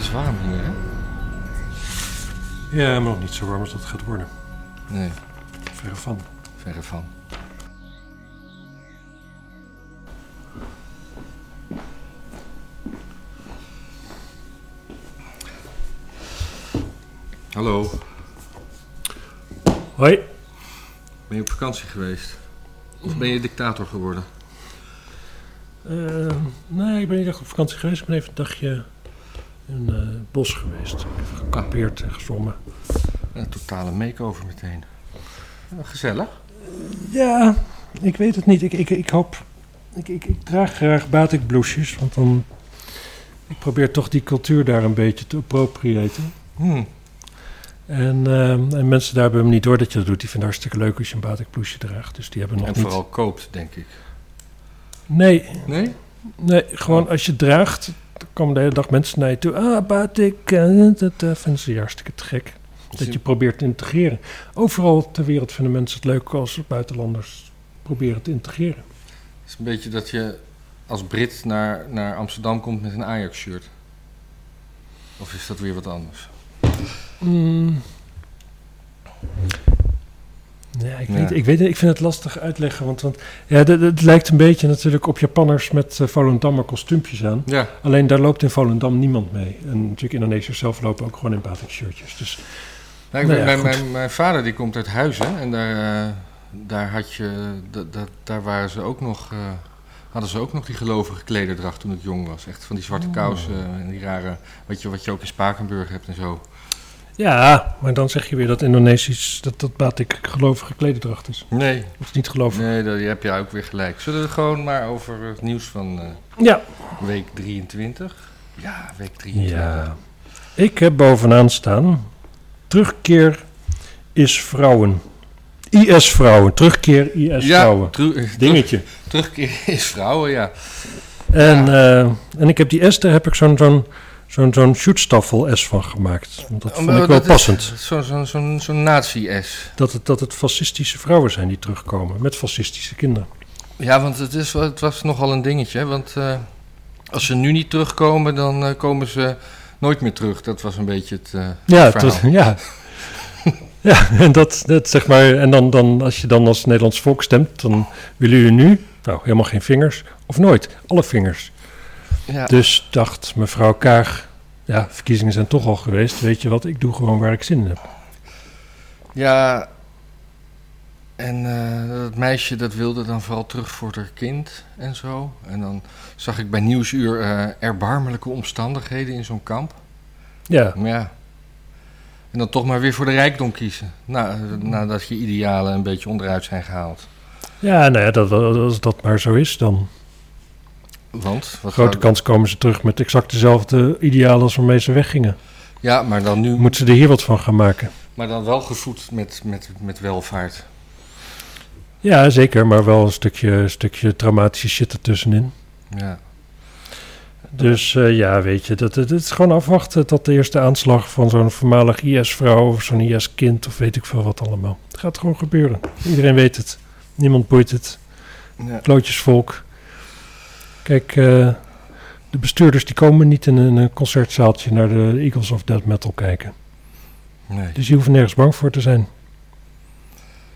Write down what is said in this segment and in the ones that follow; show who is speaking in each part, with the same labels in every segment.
Speaker 1: is warm hier, hè?
Speaker 2: Ja, maar nog niet zo warm als dat gaat worden.
Speaker 1: Nee,
Speaker 2: Verre van.
Speaker 1: verre van. Hallo,
Speaker 2: Hoi.
Speaker 1: ben je op vakantie geweest? Of ben je dictator geworden?
Speaker 2: Eh, nee, ik ben niet echt op vakantie geweest. Ik ben even een dagje in eh, het bos geweest. Even gekampeerd en gezwommen.
Speaker 1: Een totale make-over meteen. Nou, Gezellig.
Speaker 2: Ja, ik weet het niet. Ik, ik, ik hoop... Ik, ik, ik draag graag batikbloesjes, want dan... Ik probeer toch die cultuur daar een beetje te appropriëren.
Speaker 1: Hm.
Speaker 2: En, ehm, en mensen daar hebben hem niet door dat je dat doet. Die vinden het hartstikke leuk als je een batikbloesje draagt. Dus die hebben nog
Speaker 1: En
Speaker 2: niet...
Speaker 1: vooral koopt, denk ik.
Speaker 2: Nee,
Speaker 1: Nee?
Speaker 2: Nee, gewoon als je draagt, dan komen de hele dag mensen naar je toe. Ah, batik. eh, Dat eh, vinden ze hartstikke te gek. Dat je probeert te integreren. Overal ter wereld vinden mensen het leuk als buitenlanders proberen te integreren.
Speaker 1: Het is een beetje dat je als Brit naar, naar Amsterdam komt met een Ajax-shirt. Of is dat weer wat anders?
Speaker 2: Mm. Ja, ik,
Speaker 1: Ja.
Speaker 2: Weet, ik weet het, ik vind het lastig uitleggen. Want, want ja, het- het lijkt een beetje natuurlijk op Japanners met eh, Volendammer kostuumpjes aan.
Speaker 1: Ja,
Speaker 2: Alleen daar loopt in Volendam niemand mee. En natuurlijk Indonesiërs zelf lopen ook gewoon in batik shirtjes. Dus
Speaker 1: nou, ik
Speaker 2: Nou
Speaker 1: ben-
Speaker 2: ja,
Speaker 1: mijn,
Speaker 2: goed.
Speaker 1: mijn, mijn vader die komt uit Huizen en daar, eh, daar, had je, da- da- daar waren ze ook nog, eh, hadden ze ook nog die gelovige klederdracht toen ik jong was. Echt van die zwarte
Speaker 2: Oh.
Speaker 1: kousen en die rare, wat je, wat je ook in Spakenburg hebt en zo.
Speaker 2: Ja, maar dan zeg je weer dat Indonesisch, dat, dat batik gelovige klederdracht is.
Speaker 1: Nee,
Speaker 2: Of niet gelovig.
Speaker 1: nee daar heb je ook weer gelijk. Zullen we gewoon maar over het nieuws van eh,
Speaker 2: Ja.
Speaker 1: week 23? Ja, week 23.
Speaker 2: ja. Ik heb bovenaan staan, terugkeer is vrouwen. IS-vrouwen, terugkeer
Speaker 1: Ja,
Speaker 2: IS-vrouwen.
Speaker 1: tru-
Speaker 2: Dingetje.
Speaker 1: Terugkeer is vrouwen, ja.
Speaker 2: En, eh, en ik heb die S, daar heb ik zo'n zo'n zo'n zo'n shootstaffel-S van gemaakt. Want dat vond ik wel
Speaker 1: Dat is
Speaker 2: passend.
Speaker 1: Zo'n zo, zo, zo nazi-S.
Speaker 2: Dat het, dat het fascistische vrouwen zijn die terugkomen met fascistische kinderen.
Speaker 1: Ja, want het, is, wel- het was nogal een dingetje. hè, Want eh, als ze nu niet terugkomen, dan eh, komen ze nooit meer terug. Dat was een beetje het eh,
Speaker 2: Ja,
Speaker 1: verhaal.
Speaker 2: tot- ja. ja, en dat, dat zeg maar. En dan, dan, als je dan als Nederlands volk stemt, dan willen jullie nu, nou, helemaal geen vingers, of nooit, alle vingers.
Speaker 1: Ja.
Speaker 2: Dus dacht mevrouw Kaag, ja, verkiezingen zijn toch al geweest, weet je wat, ik doe gewoon waar ik zin in heb.
Speaker 1: ja, en eh, dat meisje dat wilde dan vooral terug voor haar kind en zo. En dan zag ik bij Nieuwsuur eh, erbarmelijke omstandigheden in zo'n kamp.
Speaker 2: Ja,
Speaker 1: Maar Ja. En dan toch maar weer voor de rijkdom kiezen. Na, eh, nadat je idealen een beetje onderuit zijn gehaald.
Speaker 2: ja nou ja, dat, als dat maar zo is, dan
Speaker 1: Want? Wat
Speaker 2: grote
Speaker 1: zou-
Speaker 2: kans komen ze terug met exact dezelfde idealen als waarmee ze weggingen.
Speaker 1: Ja, maar dan nu.
Speaker 2: Moeten ze er hier wat van gaan maken?
Speaker 1: Maar dan wel gevoed met, met, met welvaart.
Speaker 2: Ja, zeker, maar wel een stukje, stukje dramatische shit ertussenin.
Speaker 1: Ja.
Speaker 2: Dus eh, ja, weet je, dat, dat, het is gewoon afwachten tot de eerste aanslag van zo'n voormalig IS-vrouw of zo'n IS-kind of weet ik veel wat allemaal. Het gaat gewoon gebeuren. Iedereen weet het. Niemand boeit het.
Speaker 1: ja.
Speaker 2: Klootjesvolk. Kijk, eh, de bestuurders die komen niet in een eh, concertzaaltje naar de Eagles of Dead Metal kijken.
Speaker 1: Nee.
Speaker 2: Dus je hoeft nergens bang voor te zijn.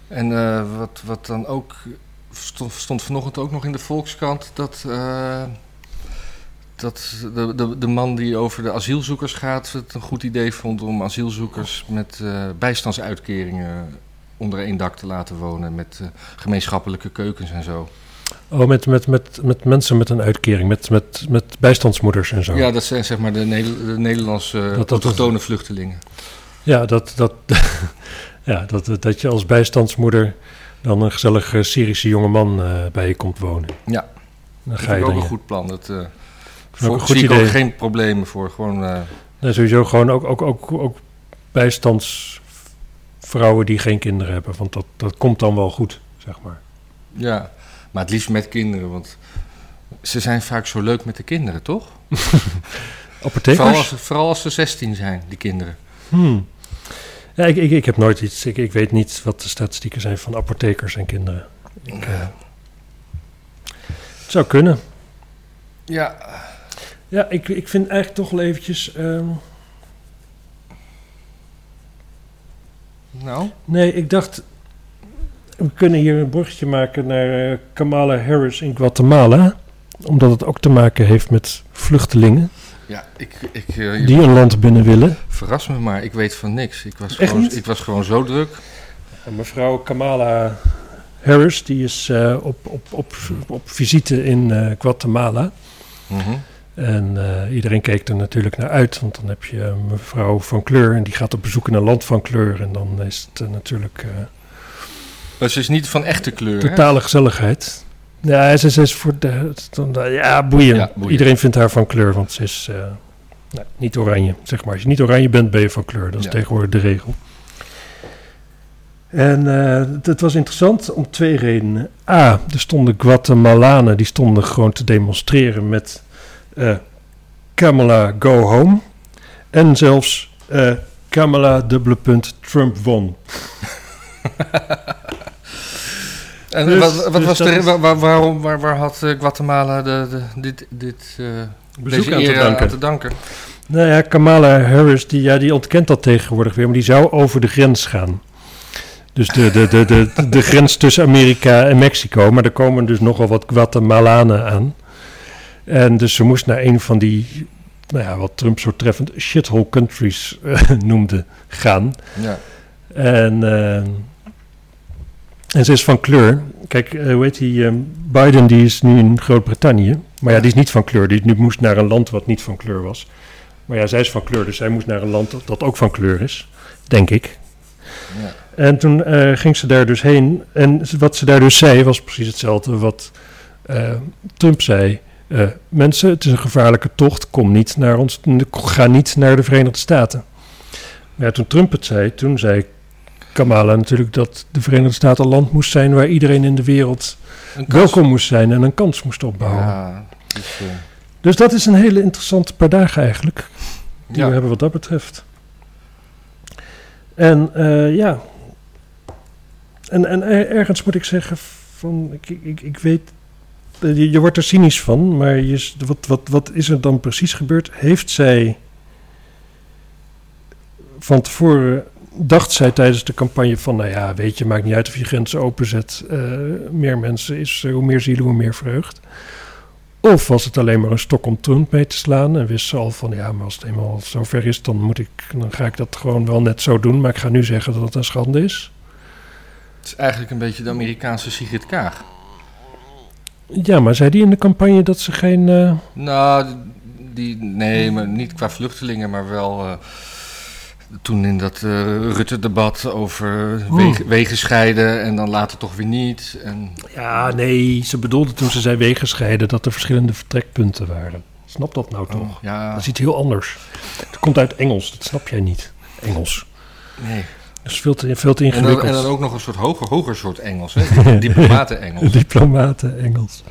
Speaker 1: En eh, wat, wat dan ook. Stond, stond vanochtend ook nog in de Volkskrant dat. eh, dat de, de, de man die over de asielzoekers gaat. het een goed idee vond om asielzoekers met eh, bijstandsuitkeringen. onder één dak te laten wonen. met eh, gemeenschappelijke keukens en zo.
Speaker 2: Oh, met, met, met, met mensen met een uitkering, met, met, met bijstandsmoeders en zo.
Speaker 1: Ja, dat zijn zeg maar de, Neder- de Nederlandse eh,
Speaker 2: dat-
Speaker 1: autochtone vluchtelingen.
Speaker 2: Ja, dat, dat, ja dat, dat je als bijstandsmoeder dan een gezellige Syrische jongeman eh, bij je komt wonen.
Speaker 1: Ja.
Speaker 2: Dan
Speaker 1: Dat
Speaker 2: ga
Speaker 1: vind ik
Speaker 2: je
Speaker 1: ook
Speaker 2: dan.
Speaker 1: een
Speaker 2: je-
Speaker 1: goed plan. Dat, eh
Speaker 2: Vind ik ook
Speaker 1: voor,
Speaker 2: een goed
Speaker 1: zie ik
Speaker 2: idee.
Speaker 1: ook geen problemen voor. Gewoon, eh,
Speaker 2: Nee, sowieso gewoon ook, ook, ook, ook bijstandsvrouwen die geen kinderen hebben, want dat, dat komt dan wel goed, zeg maar.
Speaker 1: ja. Maar het liefst met kinderen, want ze zijn vaak zo leuk met de kinderen, toch? Vooral als,
Speaker 2: Apothekers?
Speaker 1: vooral als ze 16 zijn, die kinderen.
Speaker 2: Hmm. Ja, ik, ik, ik heb nooit iets, ik, ik weet niet wat de statistieken zijn van apothekers en kinderen. Ik, eh, het zou kunnen.
Speaker 1: Ja,
Speaker 2: Ja, ik, ik vind eigenlijk toch wel eventjes... ehm,
Speaker 1: Nou,
Speaker 2: nee, ik dacht... We kunnen hier een bruggetje maken naar eh, Kamala Harris in Guatemala. Omdat het ook te maken heeft met vluchtelingen
Speaker 1: ja, ik, ik, eh, je
Speaker 2: die een land binnen willen.
Speaker 1: verras me maar, ik weet van niks. Ik was,
Speaker 2: Echt
Speaker 1: gewoon,
Speaker 2: niet?
Speaker 1: ik was gewoon zo druk.
Speaker 2: En mevrouw Kamala Harris, die is eh, op, op, op, op visite in eh, Guatemala.
Speaker 1: Mhm.
Speaker 2: En eh, iedereen keek er natuurlijk naar uit, want dan heb je een mevrouw van kleur en die gaat op bezoek in een land van kleur. En dan is het eh, natuurlijk eh,
Speaker 1: Maar ze is niet van echte kleur, hè?
Speaker 2: totale gezelligheid. Ja, ze, ze is voor de, het- dan- ja, boeien.
Speaker 1: Ja, boeien.
Speaker 2: Iedereen vindt haar van kleur, want ze is eh, nou, niet oranje. Zeg maar, als je niet oranje bent, ben je van kleur. Dat is
Speaker 1: Ja.
Speaker 2: tegenwoordig de regel. En eh het was interessant om twee redenen. A, er stonden Guatemalanen, die stonden gewoon te demonstreren met eh Kamala Go Home. En zelfs eh Kamala dubbele punt Trump won.
Speaker 1: En
Speaker 2: Dus-
Speaker 1: wat, wat
Speaker 2: dus
Speaker 1: was
Speaker 2: dat
Speaker 1: de,
Speaker 2: is-
Speaker 1: waar, waar- waarom, waar, waar had eh, Guatemala de, de- dit, dit, eh,
Speaker 2: Bezoek
Speaker 1: deze
Speaker 2: aan te
Speaker 1: eer
Speaker 2: danken.
Speaker 1: aan te danken?
Speaker 2: Nou ja, Kamala Harris, die, ja, die ontkent dat tegenwoordig weer, maar die zou over de grens gaan. Dus de, de, de, de, de, grens tussen Amerika en Mexico. Maar er komen dus nogal wat Guatemalanen aan. En dus ze moest naar een van die, nou ja, wat Trump zo treffend shithole countries eh, noemde, gaan.
Speaker 1: Ja.
Speaker 2: En, eh, en ze is van kleur. Kijk, eh, hoe heet die? eh, Biden die is nu in Groot-Brittannië. Maar ja, die is niet van kleur. Die nu moest naar een land wat niet van kleur was. Maar ja, zij is van kleur, dus zij moest naar een land dat, dat ook van kleur is. Denk ik.
Speaker 1: Ja.
Speaker 2: En toen eh, ging ze daar dus heen. En ze- wat ze daar dus zei was precies hetzelfde wat eh, Trump zei. Eh, mensen, het is een gevaarlijke tocht. Kom niet naar ons. Ga niet naar de Verenigde Staten. Maar ja, toen Trump het zei, toen zei Kamala natuurlijk dat de Verenigde Staten een land moest zijn waar iedereen in de wereld
Speaker 1: Een kans.
Speaker 2: welkom moest zijn en een kans moest opbouwen.
Speaker 1: Ja, dus, eh,
Speaker 2: Dus dat is een hele interessante paar dagen eigenlijk die
Speaker 1: ja.
Speaker 2: we hebben wat dat betreft. En eh, ja, en, en er- ergens moet ik zeggen van, ik, ik- ik, ik weet, eh, je, je wordt er cynisch van, maar je, is- wat, wat, wat is er dan precies gebeurd? Heeft zij van tevoren, dacht zij tijdens de campagne van, nou ja, weet je, maakt niet uit of je grenzen openzet, eh, meer mensen is, eh, hoe meer zielen, hoe meer vreugd. Of was het alleen maar een stok om Trump mee te slaan en wist ze al van ja, maar als het eenmaal zover is, dan, moet ik, dan ga ik dat gewoon wel net zo doen. Maar ik ga nu zeggen dat het een schande is.
Speaker 1: Het is eigenlijk een beetje de Amerikaanse Sigrid Kaag.
Speaker 2: Ja, maar zei die in de campagne dat ze geen. eh,
Speaker 1: Nou, die, nee, maar niet qua vluchtelingen, maar wel eh, toen in dat eh, Rutte-debat over
Speaker 2: Oh.
Speaker 1: wegen, wegen scheiden en dan later toch weer niet. En,
Speaker 2: Ja, nee, ze bedoelde toen ze zei wegenscheiden dat er verschillende vertrekpunten waren. Snap dat nou toch?
Speaker 1: oh, ja,
Speaker 2: Dat is iets heel anders. Het komt uit Engels, dat snap jij niet. Engels.
Speaker 1: nee.
Speaker 2: Dat is veel te, veel te
Speaker 1: En dan, en dan
Speaker 2: ingewikkeld.
Speaker 1: ook nog een soort hoger, hoger soort Engels, hè? diplomaten-Engels.
Speaker 2: Diplomaten Engels.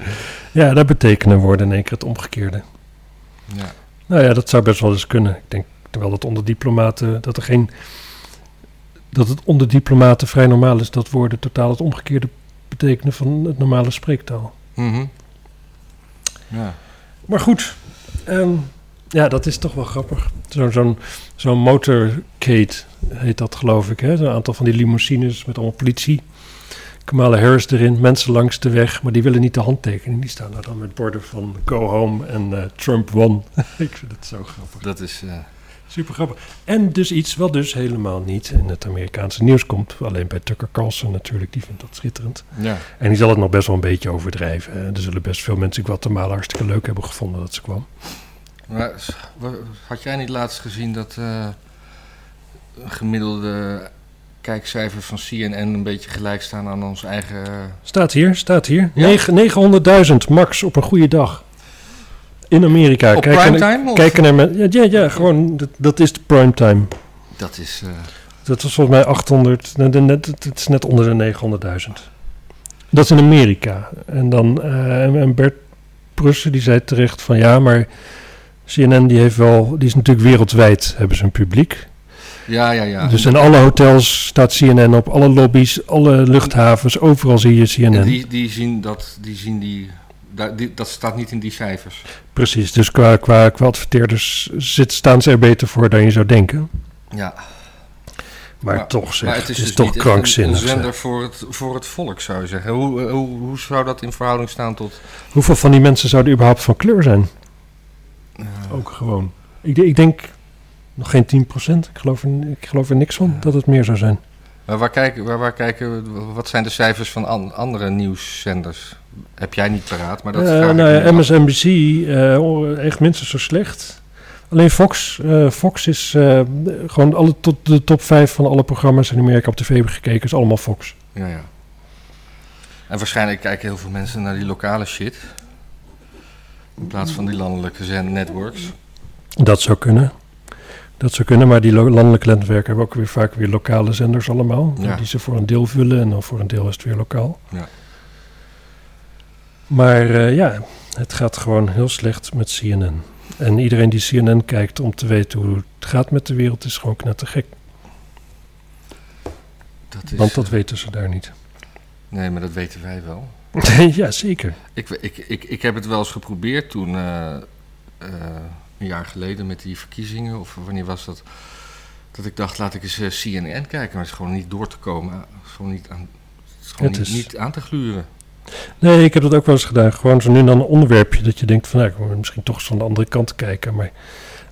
Speaker 2: Ja, dat betekenen woorden in één keer het omgekeerde.
Speaker 1: Ja.
Speaker 2: Nou ja, dat zou best wel eens kunnen. Ik denk terwijl dat onder diplomaten dat er geen dat het onder diplomaten vrij normaal is dat woorden totaal het omgekeerde betekenen van het normale spreektaal.
Speaker 1: Mhm. ja.
Speaker 2: Maar goed, ehm, ja, dat is toch wel grappig. Zo- Zo'n zo'n motorcade heet dat, geloof ik. Hè? Zo'n aantal van die limousines met allemaal politie. Kamala Harris erin, mensen langs de weg, maar die willen niet de handtekening. Die staan daar dan met borden van go home en eh, Trump won. ik vind het zo grappig.
Speaker 1: Dat is... eh,
Speaker 2: Super grappig. En dus iets wat dus helemaal niet in het Amerikaanse nieuws komt. Alleen bij Tucker Carlson natuurlijk, die vindt dat schitterend.
Speaker 1: ja.
Speaker 2: En die zal het nog best wel een beetje overdrijven. hè. Er zullen best veel mensen Guatemala hartstikke leuk hebben gevonden dat ze kwam.
Speaker 1: Maar s- wa- had jij niet laatst gezien dat eh, een gemiddelde kijkcijfer van CNN een beetje gelijk staan aan ons eigen... eh,
Speaker 2: Staat hier, staat hier.
Speaker 1: Ja.
Speaker 2: Negen- 900.000 max op een goede dag. In Amerika.
Speaker 1: op
Speaker 2: Kijken-
Speaker 1: primetime? of-
Speaker 2: Kijken naar men- ja, ja, ja, gewoon, dat, dat is de primetime.
Speaker 1: Dat is... eh,
Speaker 2: Dat was volgens mij 800. net- net- Het is net onder de 900.000. Dat is in Amerika. En dan eh, en- en Bert Brussen die zei terecht van ja, maar CNN die heeft wel, die is natuurlijk wereldwijd hebben ze een publiek.
Speaker 1: ja, ja, ja.
Speaker 2: Dus in alle hotels staat CNN op, alle lobby's, alle luchthavens, overal zie je CNN.
Speaker 1: en die, die, zien dat, die zien die Daar- die- dat staat niet in die cijfers.
Speaker 2: Precies, dus qua, qua, qua adverteerders zit, staan ze er beter voor dan je zou denken.
Speaker 1: Ja,
Speaker 2: Maar
Speaker 1: Ja,
Speaker 2: toch zeg,
Speaker 1: maar
Speaker 2: het is,
Speaker 1: dus
Speaker 2: toch
Speaker 1: niet echt
Speaker 2: krankzinnig.
Speaker 1: Een, een
Speaker 2: zeg.
Speaker 1: zender voor het, voor het volk, zou je zeggen. Hoe, eh, hoe, hoe zou dat in verhouding staan tot...
Speaker 2: Hoeveel van die mensen zouden überhaupt van kleur zijn? Ook gewoon. Ik, de- ik denk nog geen 10%. Ik geloof, er, ik geloof er niks van
Speaker 1: Ja.
Speaker 2: dat het meer zou zijn.
Speaker 1: Maar waar kijken, waar, waar kijken we- wat zijn de cijfers van an- andere nieuwszenders? Heb jij niet paraat, maar dat
Speaker 2: Eh,
Speaker 1: vraag ik
Speaker 2: nou,
Speaker 1: me
Speaker 2: ja,
Speaker 1: af.
Speaker 2: MSNBC, eh, oh, echt minstens zo slecht. Alleen Fox, eh, Fox is eh, gewoon alle, tot de top 5 van alle programma's in Amerika op tv hebben gekeken, is allemaal Fox.
Speaker 1: Ja, ja. En waarschijnlijk kijken heel veel mensen naar die lokale shit. In plaats van die landelijke zendnetworks.
Speaker 2: Dat zou kunnen. Dat zou kunnen, maar die lo- landelijke netwerken hebben ook weer vaak weer lokale zenders allemaal.
Speaker 1: Ja.
Speaker 2: Die ze voor een deel vullen en dan voor een deel is het weer lokaal.
Speaker 1: Ja.
Speaker 2: Maar eh, ja, het gaat gewoon heel slecht met CNN. En iedereen die CNN kijkt om te weten hoe het gaat met de wereld is gewoon knettergek.
Speaker 1: Dat is, eh,
Speaker 2: Want dat weten ze daar niet.
Speaker 1: Nee, maar dat weten wij wel.
Speaker 2: ja, zeker.
Speaker 1: Ik, ik, ik, ik heb het wel eens geprobeerd toen, eh, eh, een jaar geleden met die verkiezingen, of wanneer was dat? Dat ik dacht, laat ik eens eh, CNN kijken, maar het is gewoon niet door te komen. Het is gewoon niet aan, het is gewoon
Speaker 2: Het
Speaker 1: niet,
Speaker 2: is-
Speaker 1: niet aan te gluren.
Speaker 2: Nee, ik heb dat ook wel eens gedaan. Gewoon zo nu en dan een onderwerpje dat je denkt van... Nou, ik moet misschien toch eens van de andere kant kijken. Maar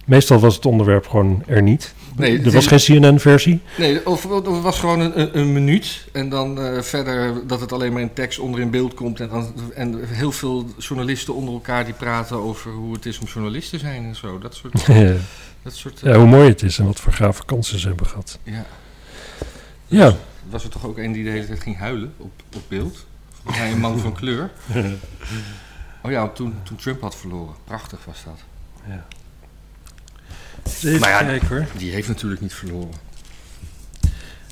Speaker 2: meestal was het onderwerp gewoon er niet.
Speaker 1: Nee,
Speaker 2: er
Speaker 1: het
Speaker 2: was
Speaker 1: is-
Speaker 2: geen CNN-versie.
Speaker 1: Nee, of, of het was gewoon een, een, een minuut en dan eh, verder dat het alleen maar in tekst onder in beeld komt. En, dan, en heel veel journalisten onder elkaar die praten over hoe het is om journalist te zijn en zo. Dat soort... Dat soort eh,
Speaker 2: ja, hoe mooi het is en wat voor gave kansen ze hebben gehad.
Speaker 1: ja.
Speaker 2: Ja,
Speaker 1: Was er toch ook een die de hele tijd ging huilen op, op beeld? Volgens mij een man van kleur. Oh ja, toen, toen Trump had verloren. Prachtig was dat.
Speaker 2: even
Speaker 1: Maar ja,
Speaker 2: kijken hoor.
Speaker 1: Die heeft natuurlijk niet verloren.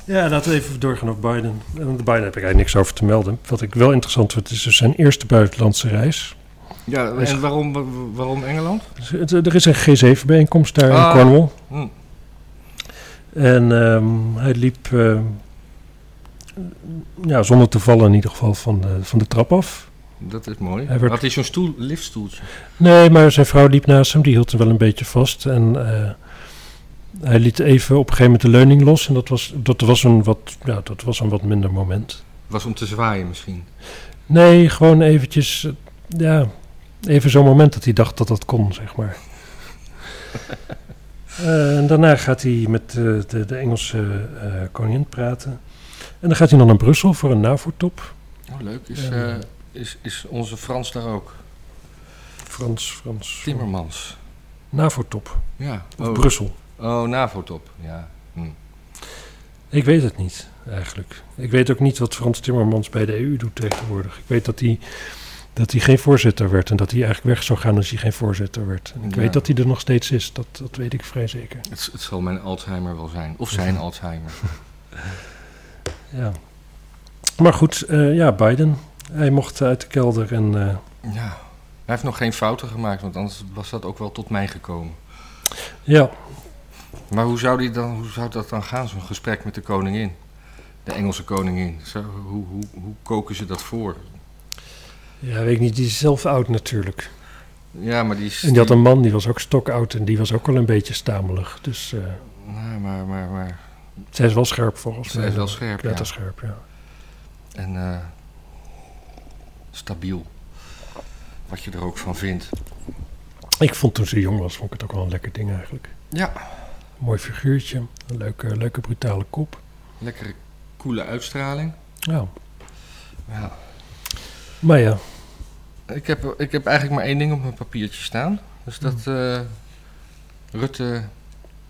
Speaker 2: Ja, laten we even doorgaan op Biden. Eh, Want Biden heb ik eigenlijk niks over te melden. Wat ik wel interessant vind, is dus zijn eerste buitenlandse reis.
Speaker 1: Ja,
Speaker 2: Is-
Speaker 1: en waarom, waarom Engeland?
Speaker 2: Dus het- Er is een G7-bijeenkomst daar
Speaker 1: Ah.
Speaker 2: in Cornwall.
Speaker 1: Hm.
Speaker 2: En ehm, hij liep, ehm, ja, zonder te vallen in ieder geval, van de, van de trap af.
Speaker 1: Dat is mooi.
Speaker 2: Hij werd-
Speaker 1: Had hij zo'n stoel, liftstoeltje?
Speaker 2: Nee, maar zijn vrouw liep naast hem, die hield hem wel een beetje vast. En eh, hij liet even op een gegeven moment de leuning los. En dat was, dat was, een, wat, ja, dat was een wat minder moment.
Speaker 1: Was om te zwaaien misschien.
Speaker 2: Nee, gewoon eventjes, eh, ja, even zo'n moment dat hij dacht dat dat kon, zeg maar. Eh, en daarna gaat hij met eh, de, de Engelse eh, koningin praten. En dan gaat hij dan naar Brussel voor een NAVO-top.
Speaker 1: Oh, leuk. Is,
Speaker 2: Ja.
Speaker 1: eh, is, is onze Frans daar ook?
Speaker 2: Frans, Frans.
Speaker 1: Timmermans.
Speaker 2: NAVO-top.
Speaker 1: Ja.
Speaker 2: Of
Speaker 1: Oh,
Speaker 2: Brussel.
Speaker 1: oh NAVO-top. Ja. Hm.
Speaker 2: Ik weet het niet, eigenlijk. Ik weet ook niet wat Frans Timmermans bij de EU doet tegenwoordig. Ik weet dat hij, dat hij geen voorzitter werd en dat hij eigenlijk weg zou gaan als hij geen voorzitter werd. En ik
Speaker 1: Ja.
Speaker 2: weet dat hij er nog steeds is, dat, dat weet ik vrij zeker.
Speaker 1: Het, het zal mijn Alzheimer wel zijn. Of zijn Alzheimer.
Speaker 2: Ja. Maar goed, eh, ja, Biden. Hij mocht uit de kelder en eh,
Speaker 1: Ja. Hij heeft nog geen fouten gemaakt, want anders was dat ook wel tot mij gekomen.
Speaker 2: ja,
Speaker 1: Maar hoe zou, die dan, hoe zou dat dan gaan, zo'n gesprek met de koningin? De Engelse koningin. Zo, hoe, hoe, hoe koken ze dat voor?
Speaker 2: ja, weet ik niet, die is zelf oud natuurlijk.
Speaker 1: Ja, maar die is...
Speaker 2: En die had een man, die was ook stokoud en die was ook al een beetje stamelig. Dus eh,
Speaker 1: Ja, maar, maar, maar...
Speaker 2: zij is wel scherp volgens mij.
Speaker 1: Zij is wel scherp, ja.
Speaker 2: Knetterscherp, eh, ja.
Speaker 1: En eh, stabiel. Wat je er ook van vindt.
Speaker 2: Ik vond toen ze jong was, vond ik het ook wel een lekker ding eigenlijk.
Speaker 1: Ja,
Speaker 2: Mooi figuurtje, een leuke, leuke brutale kop.
Speaker 1: lekkere, coole uitstraling.
Speaker 2: Ja.
Speaker 1: Ja.
Speaker 2: Maar ja,
Speaker 1: Ik heb, ik heb eigenlijk maar één ding op mijn papiertje staan. Dus dat eh, Rutte,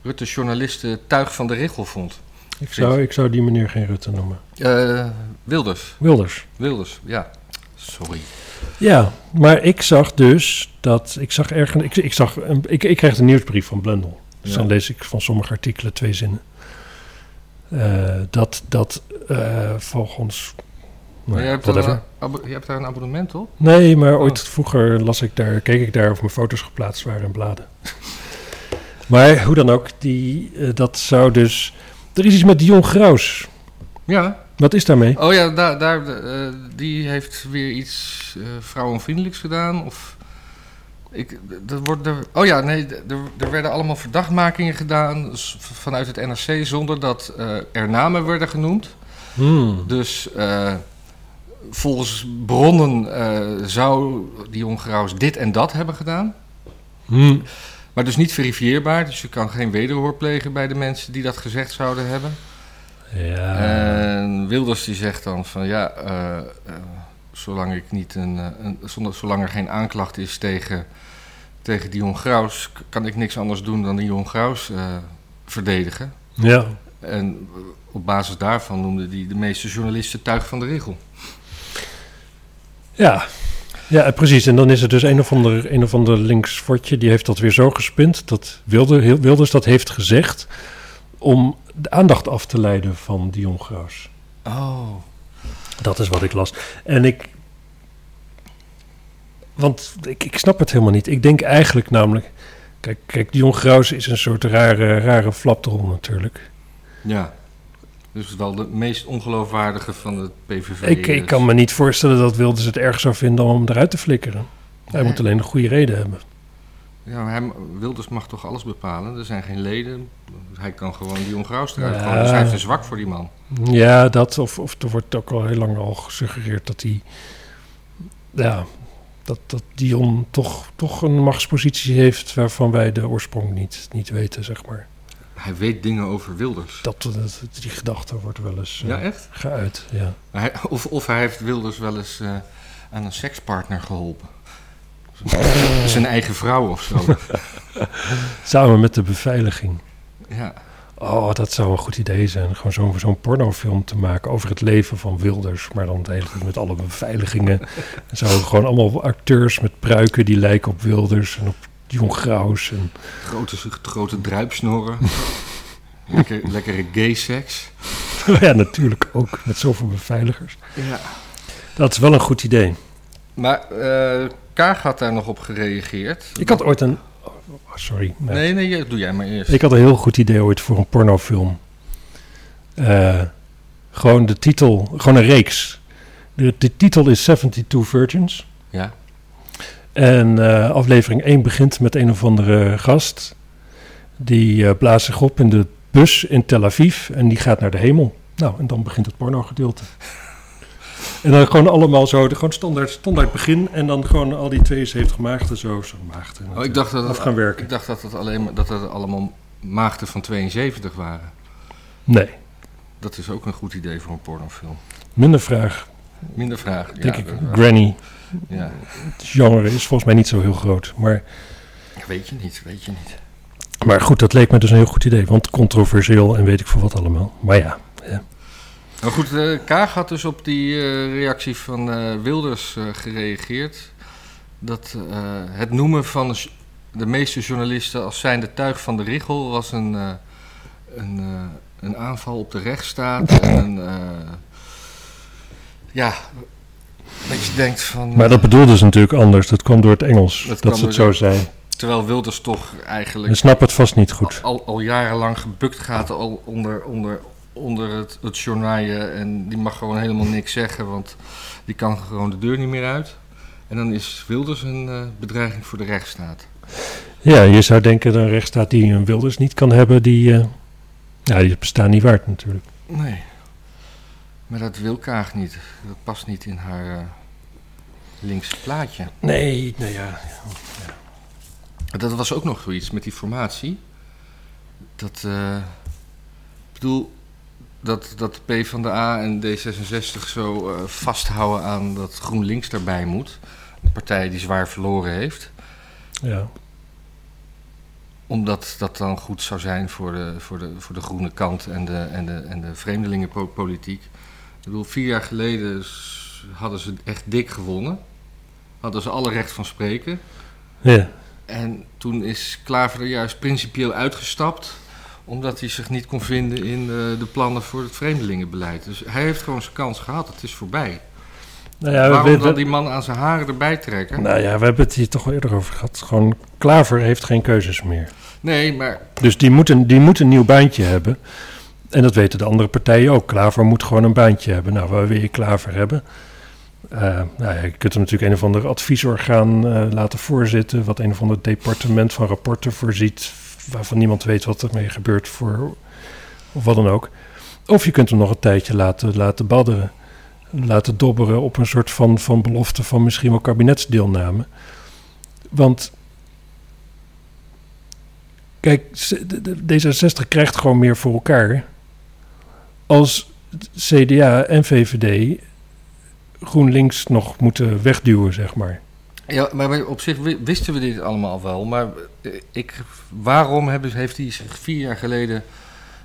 Speaker 1: Rutte journalisten tuig van de regel vond.
Speaker 2: ik zou, ik zou die meneer geen Rutte noemen.
Speaker 1: Eh, Wilders.
Speaker 2: Wilders.
Speaker 1: Wilders, ja. Sorry.
Speaker 2: Ja, maar ik zag dus dat. Ik zag ergens. Ik, ik, zag een, ik, ik kreeg een nieuwsbrief van Blendel. Dus
Speaker 1: Ja.
Speaker 2: dan lees ik van sommige artikelen twee zinnen. Eh, dat dat eh, volgens.
Speaker 1: Maar
Speaker 2: Nou,
Speaker 1: jij hebt, eh, daar
Speaker 2: whatever.
Speaker 1: een, abo- jij hebt daar een abonnement op?
Speaker 2: Nee, maar
Speaker 1: Oh.
Speaker 2: ooit vroeger las ik daar, keek ik daar of mijn foto's geplaatst waren in bladen. maar hoe dan ook, die, eh, dat zou dus. Er is iets met Dion Graus.
Speaker 1: Ja.
Speaker 2: Wat is daarmee?
Speaker 1: Oh ja, daar, daar, eh, die heeft weer iets eh, vrouwenvriendelijks gedaan. Of ik, er wordt er, oh ja, nee, er, er werden allemaal verdachtmakingen gedaan s- vanuit het NRC zonder dat eh, er namen werden genoemd.
Speaker 2: Hmm.
Speaker 1: Dus eh, volgens bronnen eh, zou die Hongeraus dit en dat hebben gedaan.
Speaker 2: Hmm.
Speaker 1: Maar dus niet verifieerbaar, dus je kan geen wederhoor plegen bij de mensen die dat gezegd zouden hebben.
Speaker 2: Ja.
Speaker 1: En Wilders die zegt dan van ja, eh, eh, zolang, ik niet een, eh, een- zonder, zolang er geen aanklacht is tegen, tegen Dion Graus, k- kan ik niks anders doen dan Dion Graus eh, verdedigen.
Speaker 2: ja.
Speaker 1: En eh, op basis daarvan noemde hij de meeste journalisten tuig van de regel.
Speaker 2: Ja. Ja, eh, precies. En dan is er dus een of ander, een of ander links fortje, die heeft dat weer zo gespind dat Wilder, heel- Wilders dat heeft gezegd om de aandacht af te leiden van Dion Graus.
Speaker 1: Oh.
Speaker 2: Dat is wat ik las. En ik. Want ik, ik snap het helemaal niet. Ik denk eigenlijk namelijk. Kijk, kijk Dion Graus is een soort rare, rare flapdrol natuurlijk.
Speaker 1: Ja. Dus wel de meest ongeloofwaardige van het PVV.
Speaker 2: Ik, ik kan me niet voorstellen dat Wilders het erg zou vinden om hem eruit te flikkeren. Hij moet alleen een goede reden hebben.
Speaker 1: Ja, maar hij, Wilders mag toch alles bepalen? Er zijn geen leden. Hij kan gewoon Dion Graus eruit
Speaker 2: Ja.
Speaker 1: gooien. Dus hij heeft een zwak voor die man.
Speaker 2: Ja, dat. Of, of er wordt ook al heel lang al gesuggereerd dat hij. Ja, dat, dat Dion toch, toch een machtspositie heeft waarvan wij de oorsprong niet, niet weten, zeg maar.
Speaker 1: Hij weet dingen over Wilders.
Speaker 2: Dat, dat- die gedachte wordt wel eens. eh,
Speaker 1: Ja, echt?
Speaker 2: Geuit, ja.
Speaker 1: Hij, of, of hij heeft Wilders wel eens eh, aan een sekspartner geholpen. Zijn eigen vrouw of zo.
Speaker 2: Samen met de beveiliging.
Speaker 1: ja.
Speaker 2: Oh, dat zou een goed idee zijn. Gewoon zo'n zo'n pornofilm te maken over het leven van Wilders. Maar dan de hele tijd met alle beveiligingen. En zo gewoon allemaal acteurs met pruiken die lijken op Wilders en op Jong Graus. En,
Speaker 1: Grote, grote druipsnorren. Lekker, lekkere gay seks.
Speaker 2: ja, natuurlijk ook met zoveel beveiligers.
Speaker 1: Ja.
Speaker 2: Dat is wel een goed idee.
Speaker 1: Maar eh Kaag had daar nog op gereageerd.
Speaker 2: Ik had ooit een... oh, sorry. Nee.
Speaker 1: Nee, nee, je- doe jij maar eerst.
Speaker 2: Dus Ik had een heel goed idee ooit voor een pornofilm. Eh, gewoon de titel, gewoon een reeks. De, de titel is 72 Virgins.
Speaker 1: Ja.
Speaker 2: En eh, aflevering 1 begint met een of andere gast. Die eh, blaast zich op in de bus in Tel Aviv en die gaat naar de hemel. Nou, en dan begint het pornogedeelte. En dan gewoon allemaal zo, de- gewoon standaard, standaard begin. En dan gewoon al die 72 maagden zo, zo maagden.
Speaker 1: Oh, ik dacht dat het-
Speaker 2: af gaan werken.
Speaker 1: Ik dacht dat het, alleen, maar- dat het allemaal maagden van 72 waren.
Speaker 2: Nee,
Speaker 1: Dat is ook een goed idee voor een pornofilm.
Speaker 2: minder vraag,
Speaker 1: Minder vraag.
Speaker 2: denk
Speaker 1: ja,
Speaker 2: ik.
Speaker 1: dat-
Speaker 2: Granny.
Speaker 1: ja.
Speaker 2: Het genre is volgens mij niet zo heel groot. Maar,
Speaker 1: Weet je niet, weet je niet.
Speaker 2: maar goed, dat leek me dus een heel goed idee. Want controversieel en weet ik veel wat allemaal. Maar ja,
Speaker 1: Maar goed, eh, Kaag had dus op die eh, reactie van eh, Wilders eh, gereageerd. Dat eh, het noemen van de- de meeste journalisten als zijnde tuig van de richel was een, eh, een, eh, een aanval op de rechtsstaat. En een, eh, ja, dat je denkt van...
Speaker 2: maar dat bedoelde ze natuurlijk anders. Dat kwam door het Engels,
Speaker 1: Dat
Speaker 2: dat,
Speaker 1: kwam
Speaker 2: ze het
Speaker 1: door-
Speaker 2: zo zei.
Speaker 1: Terwijl Wilders toch
Speaker 2: We
Speaker 1: eigenlijk
Speaker 2: snappen het vast niet goed.
Speaker 1: al, al jarenlang gebukt gaat al onder, onder, onder het, het journaaien. En die mag gewoon helemaal niks zeggen, want die kan gewoon de deur niet meer uit. En dan is Wilders een eh, bedreiging voor de rechtsstaat.
Speaker 2: Ja, je zou denken dat een rechtsstaat die een Wilders niet kan hebben, die, eh ja, die bestaan niet waard natuurlijk.
Speaker 1: Nee. Maar dat wil Kaag niet. Dat past niet in haar eh, linkse plaatje.
Speaker 2: Nee, nou ja.
Speaker 1: Dat was ook nog zoiets met die formatie. Dat, eh, ik bedoel, dat, dat P van de A en D66 zo eh, vasthouden aan dat GroenLinks daarbij moet. Een partij die zwaar verloren heeft.
Speaker 2: ja.
Speaker 1: Omdat dat dan goed zou zijn voor de, voor de, voor de groene kant en de, en de, en de vreemdelingenpolitiek. Ik bedoel, vier jaar geleden s- hadden ze echt dik gewonnen. Hadden ze alle recht van spreken.
Speaker 2: Ja.
Speaker 1: En toen is Klaver er juist principieel uitgestapt omdat hij zich niet kon vinden in eh, de plannen voor het vreemdelingenbeleid. Dus hij heeft gewoon zijn kans gehad. Het is voorbij.
Speaker 2: Nou, ja, we,
Speaker 1: Waarom
Speaker 2: we-
Speaker 1: dan die man aan zijn haren erbij trekken?
Speaker 2: nou ja, we hebben het hier toch al eerder over gehad. Gewoon, Klaver heeft geen keuzes meer.
Speaker 1: Nee, maar
Speaker 2: Dus die moet een, die moet een nieuw baantje hebben. En dat weten de andere partijen ook. Klaver moet gewoon een baantje hebben. Nou, waar wil je Klaver hebben? Eh, nou ja, je kunt hem natuurlijk een of ander adviesorgaan eh, laten voorzitten, wat een of ander departement van rapporten voorziet, waarvan niemand weet wat ermee gebeurt voor, of wat dan ook. Of je kunt hem nog een tijdje laten, laten badderen, laten dobberen op een soort van, van belofte van misschien wel kabinetsdeelname. Want, kijk, ze- de- de- D66 krijgt gewoon meer voor elkaar als CDA en VVD GroenLinks nog moeten wegduwen, zeg maar.
Speaker 1: Ja, maar maar op zich wi- wisten we dit allemaal wel. Maar eh, ik, waarom hebben- heeft hij zich vier jaar geleden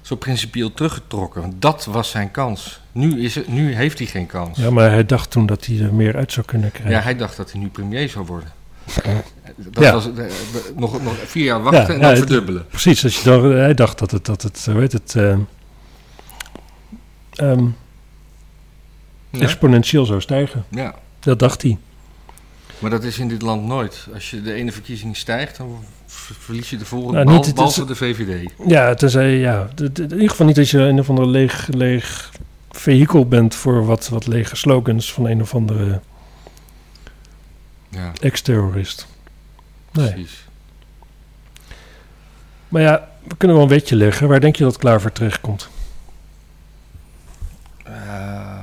Speaker 1: zo principieel teruggetrokken? Want dat was zijn kans. Nu, is het, nu heeft hij geen kans.
Speaker 2: Ja, maar hij dacht toen dat hij er meer uit zou kunnen krijgen.
Speaker 1: Ja, hij dacht dat hij nu premier zou worden. Dat
Speaker 2: Ja.
Speaker 1: was, eh, we- nog, nog vier jaar wachten
Speaker 2: Ja,
Speaker 1: en
Speaker 2: ja,
Speaker 1: dan
Speaker 2: het-
Speaker 1: verdubbelen.
Speaker 2: Precies, als je dan, hij dacht dat het, dat het hoe heet het, eh, ehm,
Speaker 1: Ja?
Speaker 2: exponentieel zou stijgen.
Speaker 1: ja,
Speaker 2: Dat dacht hij.
Speaker 1: maar dat is in dit land nooit. Als je de ene verkiezing stijgt, dan ver- verlies je de volgende,
Speaker 2: Nou,
Speaker 1: behal-
Speaker 2: niet- het is-
Speaker 1: behalve de VVD.
Speaker 2: Ja, tenzij, ja, d- d- in ieder geval niet dat je een of ander leeg, leeg vehikel bent voor wat, wat lege slogans van een of andere
Speaker 1: Ja,
Speaker 2: ex-terrorist. Nee.
Speaker 1: precies.
Speaker 2: Maar ja, we kunnen wel een wetje leggen. Waar denk je dat Klaver terechtkomt?
Speaker 1: Eh,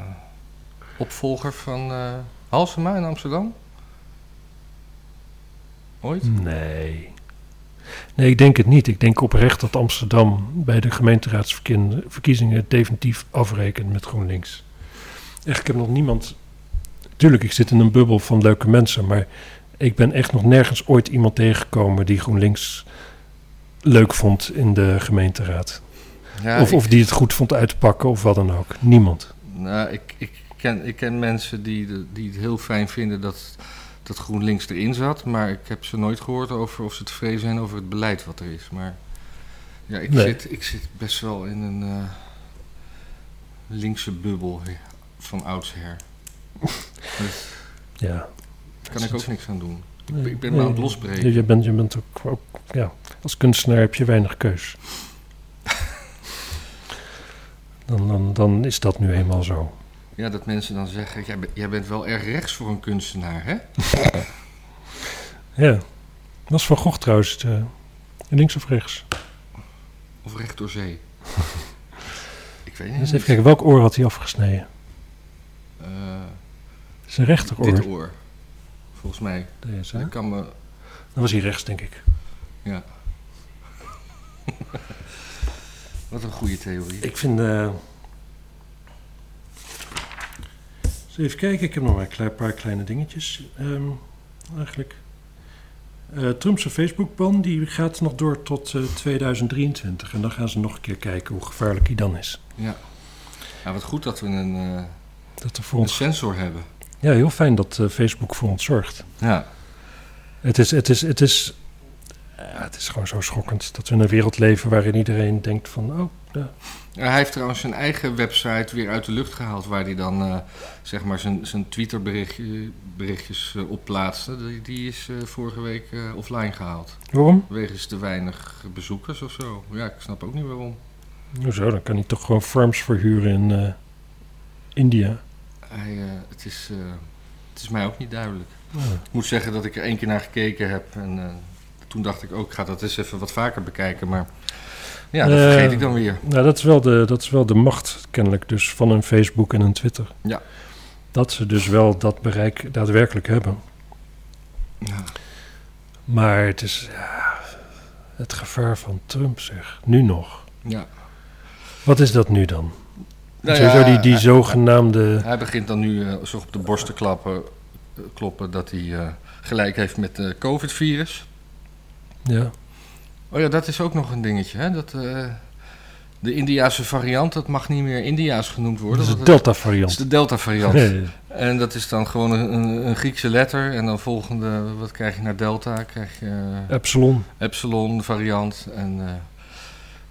Speaker 1: opvolger van eh Halsema in Amsterdam? Ooit?
Speaker 2: Nee. Nee, ik denk het niet. Ik denk oprecht dat Amsterdam bij de gemeenteraadsverkiezingen definitief afrekent met GroenLinks. Echt, ik heb nog niemand. Tuurlijk, ik zit in een bubbel van leuke mensen, maar ik ben echt nog nergens ooit iemand tegengekomen die GroenLinks leuk vond in de gemeenteraad.
Speaker 1: Ja,
Speaker 2: of,
Speaker 1: ik-
Speaker 2: of die het goed vond uitpakken of wat dan ook. Niemand.
Speaker 1: Nou, ik, ik, ken, ik ken mensen die, de- die het heel fijn vinden dat, dat GroenLinks erin zat. Maar ik heb ze nooit gehoord over of ze tevreden zijn over het beleid wat er is. Maar ja, ik,
Speaker 2: Nee.
Speaker 1: zit, ik zit best wel in een eh, linkse bubbel he- van oudsher. Dus
Speaker 2: Ja.
Speaker 1: Daar kan ik ook niks aan doen.
Speaker 2: Nee,
Speaker 1: ik ben me
Speaker 2: nee.
Speaker 1: aan het losbreken.
Speaker 2: Dus Je bent, je bent ook, ook- ja, als kunstenaar heb je weinig keus. Dan, dan, dan is dat nu eenmaal zo.
Speaker 1: Ja, dat mensen dan zeggen, jij, bent- jij bent wel erg rechts voor een kunstenaar, hè?
Speaker 2: Ja. Was Van Gogh trouwens eh, links of rechts?
Speaker 1: Of recht door zee. ik weet
Speaker 2: Eens
Speaker 1: niet.
Speaker 2: even kijken, welk oor had hij afgesneden?
Speaker 1: Eh,
Speaker 2: Zijn rechteroor.
Speaker 1: dit oor. Volgens mij.
Speaker 2: Deze, hè?
Speaker 1: Ik kan me
Speaker 2: Dan was hij rechts, denk ik.
Speaker 1: Ja. Wat een goede theorie.
Speaker 2: Ik vind... eh, eens even kijken, ik heb nog maar een klein- paar kleine dingetjes. ehm, eigenlijk. Eh Trumpse Facebook-ban die gaat nog door tot eh, 2023. En dan gaan ze nog een keer kijken hoe gevaarlijk die dan is.
Speaker 1: Ja. Nou, wat goed dat we een, eh,
Speaker 2: Dat er voor
Speaker 1: een
Speaker 2: ons...
Speaker 1: sensor hebben.
Speaker 2: Ja, heel fijn dat eh, Facebook voor ons zorgt.
Speaker 1: Ja.
Speaker 2: Het is, het is, het is, ja, het is gewoon zo schokkend dat we in een wereld leven waarin iedereen denkt van... Oh,
Speaker 1: Ja, Hij heeft trouwens zijn eigen website weer uit de lucht gehaald, waar hij dan eh, zeg maar zijn, zijn Twitter-berichtjes op plaatste. Die, die is eh, vorige week eh, offline gehaald.
Speaker 2: waarom?
Speaker 1: Wegens te weinig bezoekers of zo. Ja, ik snap ook niet waarom.
Speaker 2: Hoezo, dan kan hij toch gewoon farms verhuren in eh, India.
Speaker 1: Hij, eh, het, is, eh, het is mij ook niet duidelijk.
Speaker 2: Ja.
Speaker 1: Ik moet zeggen dat ik er één keer naar gekeken heb. En eh, toen dacht ik ook, ik ga dat eens even wat vaker bekijken. Maar ja, dat
Speaker 2: Eh.
Speaker 1: vergeet ik dan weer.
Speaker 2: Nou, dat is, wel de, dat is wel de macht, kennelijk, dus van een Facebook en een Twitter.
Speaker 1: Ja.
Speaker 2: Dat ze dus wel dat bereik daadwerkelijk hebben.
Speaker 1: Ja,
Speaker 2: Maar het is ja, het gevaar van Trump, zeg. Nu nog.
Speaker 1: ja.
Speaker 2: Wat is dat nu dan?
Speaker 1: Nou
Speaker 2: Sowieso
Speaker 1: ja,
Speaker 2: die, die
Speaker 1: hij-
Speaker 2: zogenaamde...
Speaker 1: Hij begint dan nu eh, zich op de borst te klappen, eh, kloppen dat hij eh, gelijk heeft met het COVID-virus.
Speaker 2: Ja,
Speaker 1: Oh ja, dat is ook nog een dingetje. Hè? Dat, eh, de Indiaanse variant, dat mag niet meer Indiaas genoemd
Speaker 2: dat
Speaker 1: worden.
Speaker 2: is de
Speaker 1: want het- dat is
Speaker 2: Delta-variant.
Speaker 1: de Delta-variant.
Speaker 2: Nee,
Speaker 1: En dat is dan gewoon een, een- een Griekse letter. En dan volgende, wat krijg je naar Delta? Krijg je... eh,
Speaker 2: Epsilon.
Speaker 1: Epsilon variant. En, eh,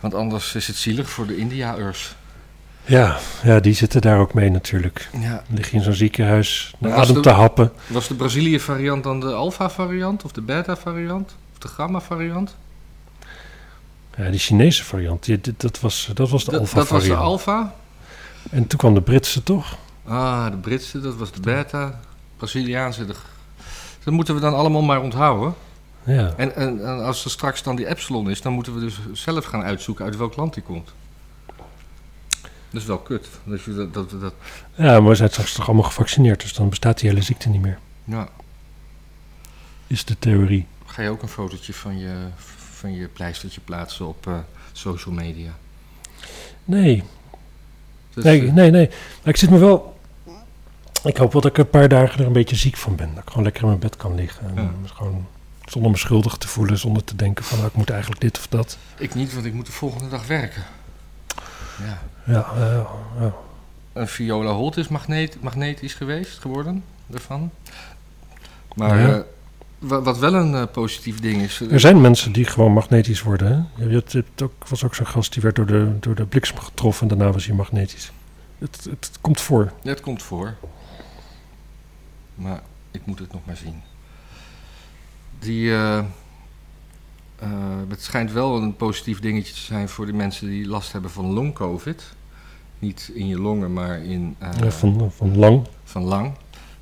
Speaker 1: want anders is het zielig voor de Indiaërs.
Speaker 2: Ja, ja, die zitten daar ook mee natuurlijk.
Speaker 1: Ja.
Speaker 2: Dan lig je in zo'n ziekenhuis, naar
Speaker 1: Maar was
Speaker 2: adem
Speaker 1: de-
Speaker 2: te happen.
Speaker 1: Was de Brazilië variant dan de alpha variant of de beta variant? Of de gamma variant?
Speaker 2: Ja, die Chinese variant, die, dit- dat, was, dat was de
Speaker 1: Dat, dat was de
Speaker 2: alfa-variant.
Speaker 1: alfa.
Speaker 2: En toen kwam de Britse toch?
Speaker 1: Ah, de Britse, dat was de beta. Braziliaanse. De... Dat moeten we dan allemaal maar onthouden.
Speaker 2: Ja.
Speaker 1: En, en, en als er straks dan die epsilon is, dan moeten we dus zelf gaan uitzoeken uit welk land die komt. Dat is wel kut. Dat, je dat, dat, dat,
Speaker 2: ja, maar we zijn straks toch allemaal gevaccineerd, dus dan bestaat die hele ziekte niet meer.
Speaker 1: ja.
Speaker 2: Is de theorie.
Speaker 1: Ga je ook een fotootje van je, van je pleistertje plaatsen op eh, social media?
Speaker 2: Nee,
Speaker 1: Dus,
Speaker 2: nee,
Speaker 1: eh,
Speaker 2: nee, nee. Maar ik zit me wel... Ik hoop wel dat ik een paar dagen er een beetje ziek van ben. Dat ik gewoon lekker in mijn bed kan liggen. En dus
Speaker 1: Ja.
Speaker 2: gewoon zonder me schuldig te voelen, zonder te denken van... nou, ik moet eigenlijk dit of dat.
Speaker 1: Ik niet, want ik moet de volgende dag werken. Ja.
Speaker 2: Ja, eh, ja.
Speaker 1: Een Viola Holt is magneet, magnetisch geweest, geworden, daarvan. Maar
Speaker 2: Ja.
Speaker 1: eh, wa- wat wel een eh, positief ding is... eh,
Speaker 2: Er zijn mensen die gewoon magnetisch worden. Hè? Je hebt, je hebt ook, was ook zo'n gast die werd door de, door de bliksem getroffen en daarna was hij magnetisch. Het, het komt voor.
Speaker 1: Het komt voor. Maar ik moet het nog maar zien. Die, eh, eh, het schijnt wel een positief dingetje te zijn voor de mensen die last hebben van long-covid. Niet in je longen, maar in, eh,
Speaker 2: Ja,
Speaker 1: van...
Speaker 2: van, van lang.
Speaker 1: lang.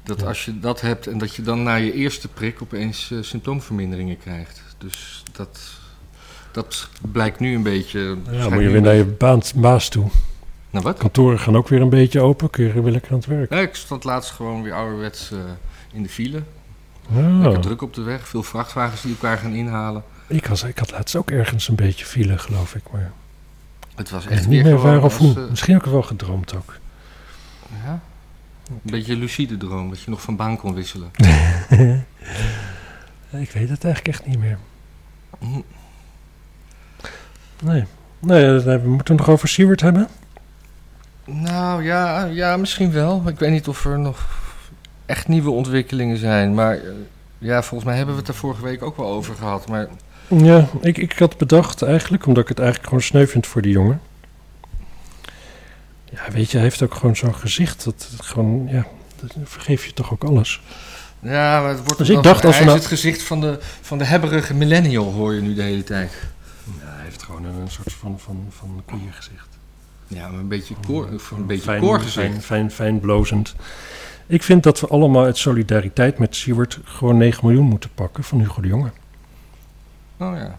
Speaker 1: Dat
Speaker 2: Ja.
Speaker 1: als je dat hebt en dat je dan na je eerste prik opeens eh, symptoomverminderingen krijgt. Dus dat, dat blijkt nu een beetje...
Speaker 2: Ja,
Speaker 1: schijnt
Speaker 2: moet je
Speaker 1: nu
Speaker 2: weer
Speaker 1: een
Speaker 2: naar je
Speaker 1: beetje-
Speaker 2: baan, baas toe.
Speaker 1: Naar wat?
Speaker 2: Kantoren gaan ook weer een beetje open. Kun je weer lekker aan het werk.
Speaker 1: Ja, ik stond laatst gewoon weer ouderwets eh, in de file.
Speaker 2: Ja.
Speaker 1: Lekker druk op de weg, veel vrachtwagens die elkaar gaan inhalen.
Speaker 2: Oh. Ik, was, ik had laatst ook ergens een beetje file, geloof ik. Maar
Speaker 1: Het was echt
Speaker 2: echt
Speaker 1: weer
Speaker 2: niet meer
Speaker 1: gewoon
Speaker 2: waar of
Speaker 1: als,
Speaker 2: hoe.
Speaker 1: eh,
Speaker 2: Misschien heb ik wel gedroomd ook.
Speaker 1: ja, een beetje een lucide droom, dat je nog van baan kon wisselen.
Speaker 2: ik weet het eigenlijk echt niet meer. Mm.
Speaker 1: Hm.
Speaker 2: Nee. Nee, eh, we moeten het nog over Seward hebben.
Speaker 1: Nou ja, ja, misschien wel. Ik weet niet of er nog echt nieuwe ontwikkelingen zijn. Maar eh, ja, volgens mij hebben we het er vorige week ook wel over gehad. Maar
Speaker 2: Ja, ik, ik had bedacht eigenlijk, omdat ik het eigenlijk gewoon sneu vind voor die jongen. Ja, weet je, hij heeft ook gewoon zo'n gezicht. Dat het gewoon, ja, dat vergeef je toch ook alles.
Speaker 1: ja, maar het wordt
Speaker 2: Dus
Speaker 1: wel-
Speaker 2: ik dacht als
Speaker 1: hij
Speaker 2: we
Speaker 1: is
Speaker 2: nou-
Speaker 1: het gezicht van de, van de hebberige millennial, hoor je nu de hele tijd.
Speaker 2: Ja, hij heeft gewoon een, soort van, van, van koeiengezicht.
Speaker 1: Ja, maar een beetje koor, of een beetje
Speaker 2: fijn,
Speaker 1: koorgezicht.
Speaker 2: Fijn, fijn, fijn blozend. Ik vind dat we allemaal uit solidariteit met Siewert gewoon 9 miljoen moeten pakken van Hugo de Jonge.
Speaker 1: Oh ja.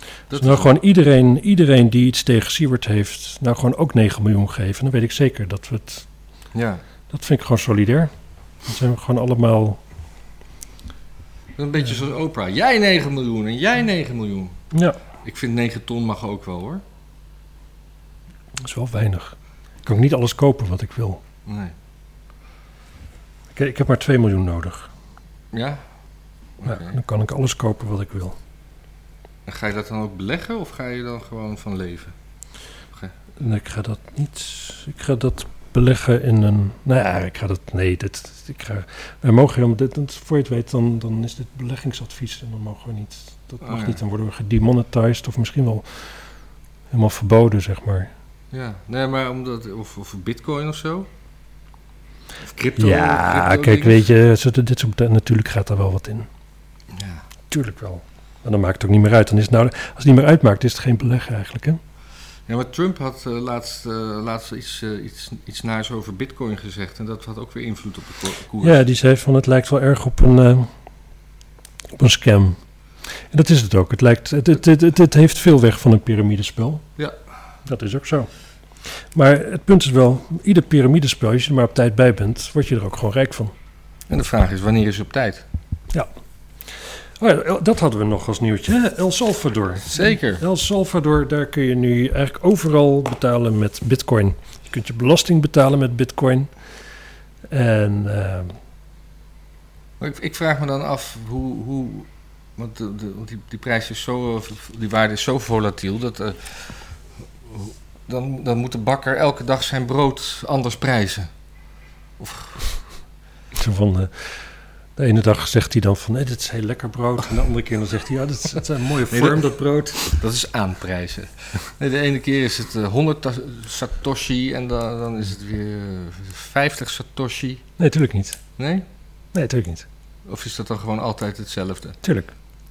Speaker 2: Dus
Speaker 1: Dat
Speaker 2: nou
Speaker 1: is-
Speaker 2: gewoon iedereen, iedereen die iets tegen Siewert heeft, nou gewoon ook 9 miljoen geven. Dan weet ik zeker dat we het
Speaker 1: ja.
Speaker 2: Dat vind ik gewoon solidair. Dan zijn we gewoon allemaal.
Speaker 1: Een beetje zoals Oprah. Jij 9 miljoen en jij 9 miljoen.
Speaker 2: Ja,
Speaker 1: Ik vind 9 ton mag ook wel hoor.
Speaker 2: dat is wel weinig. Ik kan ook niet alles kopen wat ik wil.
Speaker 1: Nee.
Speaker 2: Ik, ik heb maar 2 miljoen nodig.
Speaker 1: Ja?
Speaker 2: Ja,
Speaker 1: Oké.
Speaker 2: dan kan ik alles kopen wat ik wil.
Speaker 1: En ga je dat dan ook beleggen of ga je dan gewoon van leven?
Speaker 2: En ik ga dat niet. Ik ga dat beleggen in een. Nou ja, ik ga dat. Nee, dit, ik ga, wij mogen helemaal. Dit, dit- voor je het weet, dan, dan is dit beleggingsadvies. En dan mogen we niet. Dat
Speaker 1: Oh,
Speaker 2: mag
Speaker 1: ja.
Speaker 2: niet. Dan worden we gedemonetized. Of misschien wel helemaal verboden, zeg maar.
Speaker 1: Ja. Nee, maar omdat... Of, of bitcoin of zo? Of crypto?
Speaker 2: ja,
Speaker 1: crypto
Speaker 2: kijk,
Speaker 1: dingen?
Speaker 2: weet je. zo- Dit soort, natuurlijk gaat daar wel wat in.
Speaker 1: Ja.
Speaker 2: Tuurlijk wel. Maar dan maakt het ook niet meer uit. Dan is het nou, als het niet meer uitmaakt, is het geen beleggen eigenlijk. Hè?
Speaker 1: ja, maar Trump had eh, laatst, eh, laatst iets, eh, iets, iets naars over bitcoin gezegd. En dat had ook weer invloed op de ko- koers.
Speaker 2: Ja, die zei van het lijkt wel erg op een, eh, op een scam. En dat is het ook. Het, lijkt, het, het, het, het- het heeft veel weg van een piramidespel.
Speaker 1: Ja.
Speaker 2: Dat is ook zo. Maar het punt is wel, ieder piramidespel, als je er maar op tijd bij bent, word je er ook gewoon rijk van.
Speaker 1: En de vraag is, wanneer is het op tijd?
Speaker 2: Oh ja, El- dat hadden we nog als nieuwtje. hè? El Salvador.
Speaker 1: Zeker.
Speaker 2: El Salvador, daar kun je nu eigenlijk overal betalen met bitcoin. Je kunt je belasting betalen met bitcoin. En eh,
Speaker 1: Maar Ik, ik vraag me dan af hoe. hoe want de, de- want die, die prijs is zo. eh, Die waarde is zo volatiel dat. eh, hoe- dan, dan moet de bakker elke dag zijn brood anders prijzen.
Speaker 2: zo van, eh, de ene dag zegt hij dan van, nee, dit is heel lekker brood. En de andere keer dan zegt hij, ja, dit is, het is een mooie
Speaker 1: Nee,
Speaker 2: vorm, dat, brood.
Speaker 1: Dat is aanprijzen. Nee, de ene keer is het eh, 100 ta- satoshi en dan, dan is het weer eh, 50 satoshi.
Speaker 2: Nee, tuurlijk niet.
Speaker 1: Nee?
Speaker 2: Nee, tuurlijk niet.
Speaker 1: Of is dat dan gewoon altijd hetzelfde?
Speaker 2: Tuurlijk.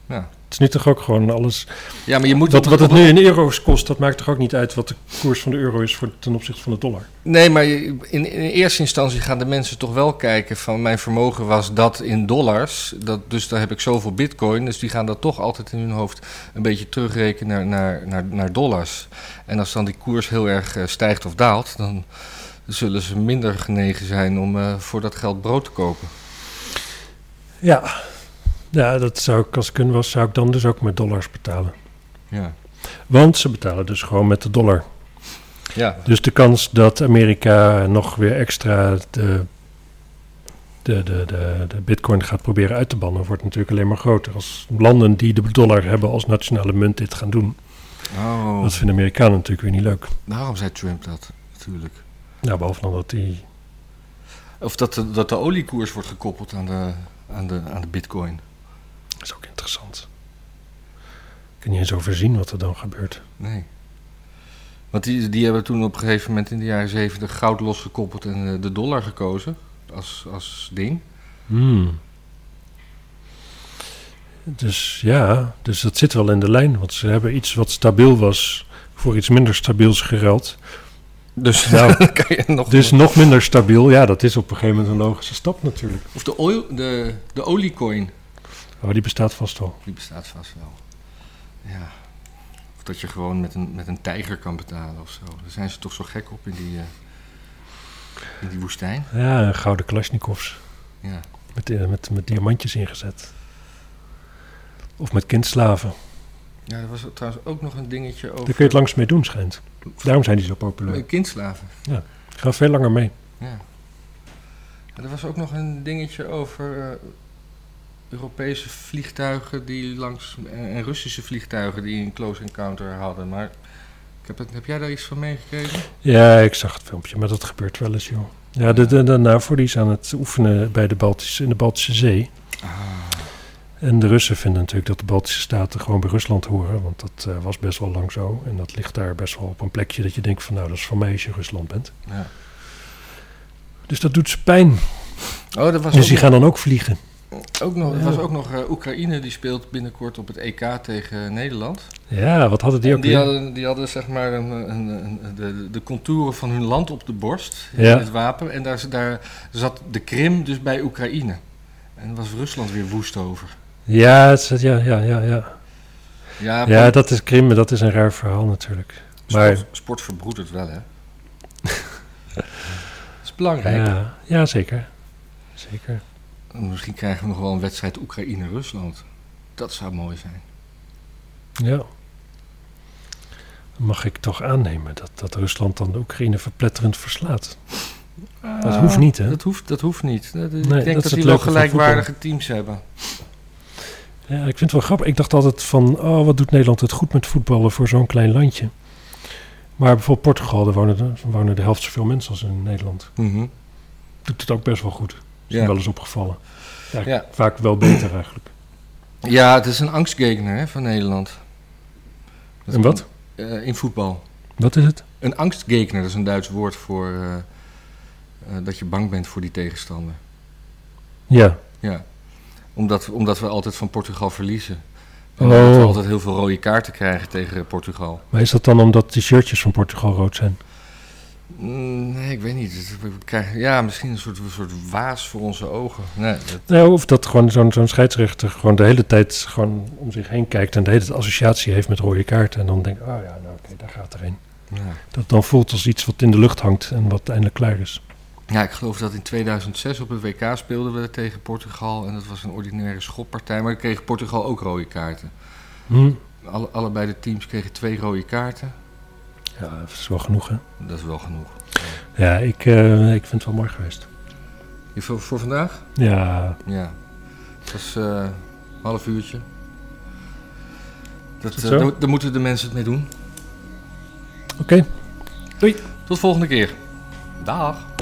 Speaker 1: Ja.
Speaker 2: Het is nu toch ook gewoon alles.
Speaker 1: Ja, maar je moet
Speaker 2: Dat,
Speaker 1: op-
Speaker 2: wat het
Speaker 1: op-
Speaker 2: nu in euro's kost, dat maakt toch ook niet uit wat de koers van de euro is voor, ten opzichte van de dollar.
Speaker 1: Nee, maar je- in, in eerste instantie gaan de mensen toch wel kijken van mijn vermogen was dat in dollars. Dat, dus daar heb ik zoveel bitcoin. Dus die gaan dat toch altijd in hun hoofd een beetje terugrekenen naar, naar, naar, naar dollars. En als dan die koers heel erg eh, stijgt of daalt, dan zullen ze minder genegen zijn om eh, voor dat geld brood te kopen.
Speaker 2: Ja. ja, dat zou ik als ik hun was, zou ik dan dus ook met dollars betalen.
Speaker 1: Ja.
Speaker 2: Want ze betalen dus gewoon met de dollar.
Speaker 1: Ja,
Speaker 2: Dus de kans dat Amerika nog weer extra de, de, de, de, de bitcoin gaat proberen uit te bannen, wordt natuurlijk alleen maar groter. Als landen die de dollar hebben als nationale munt dit gaan doen.
Speaker 1: oh,
Speaker 2: Dat vinden Amerikanen natuurlijk weer niet leuk.
Speaker 1: daarom zei Trump dat natuurlijk.
Speaker 2: Nou, behalve dan dat die...
Speaker 1: Of dat de, dat de oliekoers wordt gekoppeld aan de, aan de, aan de bitcoin.
Speaker 2: Dat is ook interessant. Ik kan niet eens overzien wat er dan gebeurt.
Speaker 1: Nee. Want die, die hebben toen op een gegeven moment in de jaren zeventig goud losgekoppeld en eh, de dollar gekozen als, als ding. Hmm.
Speaker 2: Dus ja, dus dat zit wel in de lijn. Want ze hebben iets wat stabiel was voor iets minder stabiels geruild.
Speaker 1: Dus
Speaker 2: Nou,
Speaker 1: kan je nog.
Speaker 2: Dus nog minder stabiel, ja, dat is op een gegeven moment een logische stap natuurlijk.
Speaker 1: Of de, oil, de, de oliecoin,
Speaker 2: Maar Oh, die bestaat vast wel.
Speaker 1: die bestaat vast wel. Ja. Of dat je gewoon met een, met een tijger kan betalen of zo. Daar zijn ze toch zo gek op in die, eh, in die woestijn.
Speaker 2: Ja, een gouden Kalashnikovs
Speaker 1: Ja.
Speaker 2: met, eh, met, met diamantjes ingezet. Of met kindslaven.
Speaker 1: ja, dat was trouwens ook nog een dingetje
Speaker 2: Daar
Speaker 1: over.
Speaker 2: kun je het langs mee doen, schijnt. Daarom zijn die zo populair.
Speaker 1: Eh, Kindslaven.
Speaker 2: Ik ga veel langer mee.
Speaker 1: Ja. En er was ook nog een dingetje over eh, Europese vliegtuigen die langs eh, en, en Russische vliegtuigen die een close encounter hadden. Maar ik heb, het- heb jij daar iets van meegekregen?
Speaker 2: Ja, ik zag het filmpje, maar dat gebeurt wel eens, joh. Ja, de, de, de NAVO die is aan het oefenen bij de Baltische, in de Baltische Zee.
Speaker 1: Ah.
Speaker 2: En de Russen vinden natuurlijk dat de Baltische Staten gewoon bij Rusland horen. Want dat eh, was best wel lang zo. En dat ligt daar best wel op een plekje dat je denkt van... nou, dat is van mij als je Rusland bent.
Speaker 1: Ja.
Speaker 2: Dus dat doet ze pijn.
Speaker 1: Oh, dat was
Speaker 2: Dus die
Speaker 1: ook,
Speaker 2: gaan dan ook vliegen.
Speaker 1: ook nog, er
Speaker 2: Ja.
Speaker 1: was ook nog eh, Oekraïne die speelt binnenkort op het EK tegen Nederland.
Speaker 2: Ja, wat hadden die
Speaker 1: En
Speaker 2: ook
Speaker 1: die,
Speaker 2: weer?
Speaker 1: hadden, die hadden zeg maar een, eh, een, een- de, de contouren van hun land op de borst,
Speaker 2: Ja.
Speaker 1: in het wapen. En daar, daar zat de Krim dus bij Oekraïne. En daar was Rusland weer woest over.
Speaker 2: Ja, het is- ja, ja, ja, ja.
Speaker 1: Ja,
Speaker 2: Ja, dat is Krim, dat is een raar verhaal natuurlijk. Maar-
Speaker 1: Sport, sport verbroedert wel, hè? dat is belangrijk.
Speaker 2: Ja, ja zeker. Zeker.
Speaker 1: Misschien krijgen we nog wel een wedstrijd Oekraïne-Rusland. Dat zou mooi zijn.
Speaker 2: Ja. Mag ik toch aannemen dat, dat Rusland dan de Oekraïne verpletterend verslaat? Dat hoeft niet, hè?
Speaker 1: Ah, Dat hoeft, dat hoeft niet. Dat-
Speaker 2: dat
Speaker 1: ik
Speaker 2: is
Speaker 1: denk dat,
Speaker 2: het
Speaker 1: die wel
Speaker 2: leuke van
Speaker 1: gelijkwaardige teams hebben.
Speaker 2: Ja, ik vind het wel grappig. Ik dacht altijd van, oh, wat doet Nederland het goed met voetballen voor zo'n klein landje. Maar bijvoorbeeld Portugal, daar wonen de, wonen de helft zoveel mensen als in Nederland. Doet het ook best wel goed. Is me
Speaker 1: Ja.
Speaker 2: Mhm. wel eens opgevallen. Ja,
Speaker 1: Ja.
Speaker 2: Vaak wel beter eigenlijk.
Speaker 1: ja, het is een angstgegner hè, van Nederland. Dat
Speaker 2: En wat?
Speaker 1: kan- eh, in voetbal.
Speaker 2: Wat is het?
Speaker 1: Een angstgegner, dat is een Duits woord voor eh, eh, dat je bang bent voor die tegenstander.
Speaker 2: Ja.
Speaker 1: Ja, omdat, omdat we altijd van Portugal verliezen. En
Speaker 2: Oh.
Speaker 1: omdat we altijd heel veel rode kaarten krijgen tegen Portugal.
Speaker 2: Maar is dat dan omdat die shirtjes van Portugal rood zijn?
Speaker 1: Mm, nee, ik weet niet. Het- we krijgen- ja, misschien een soort, een soort waas voor onze ogen. Nee, dat-
Speaker 2: Nou, of dat gewoon zo'n zo'n scheidsrechter gewoon de hele tijd gewoon om zich heen kijkt en de hele tijd associatie heeft met rode kaarten. En dan denkt, oh ja, nou oké, daar gaat er een.
Speaker 1: ja.
Speaker 2: Dat het dan voelt als iets wat in de lucht hangt en wat eindelijk klaar is.
Speaker 1: ja, ik geloof dat in 2006 op het WK speelden we tegen Portugal. En dat was een ordinaire schoppartij. Maar dan kreeg Portugal ook rode kaarten.
Speaker 2: Hm.
Speaker 1: Alle, allebei de teams kregen twee rode kaarten.
Speaker 2: Ja, dat is wel genoeg hè.
Speaker 1: Dat is wel genoeg.
Speaker 2: Ja, ik, eh, ik vind het wel mooi geweest.
Speaker 1: Je voor, voor vandaag?
Speaker 2: Ja,
Speaker 1: Ja. Dat is eh, een half uurtje. Dat,
Speaker 2: Is het
Speaker 1: eh,
Speaker 2: zo?
Speaker 1: daar, daar moeten de mensen het mee doen.
Speaker 2: oké.
Speaker 1: Tot volgende keer. Dag.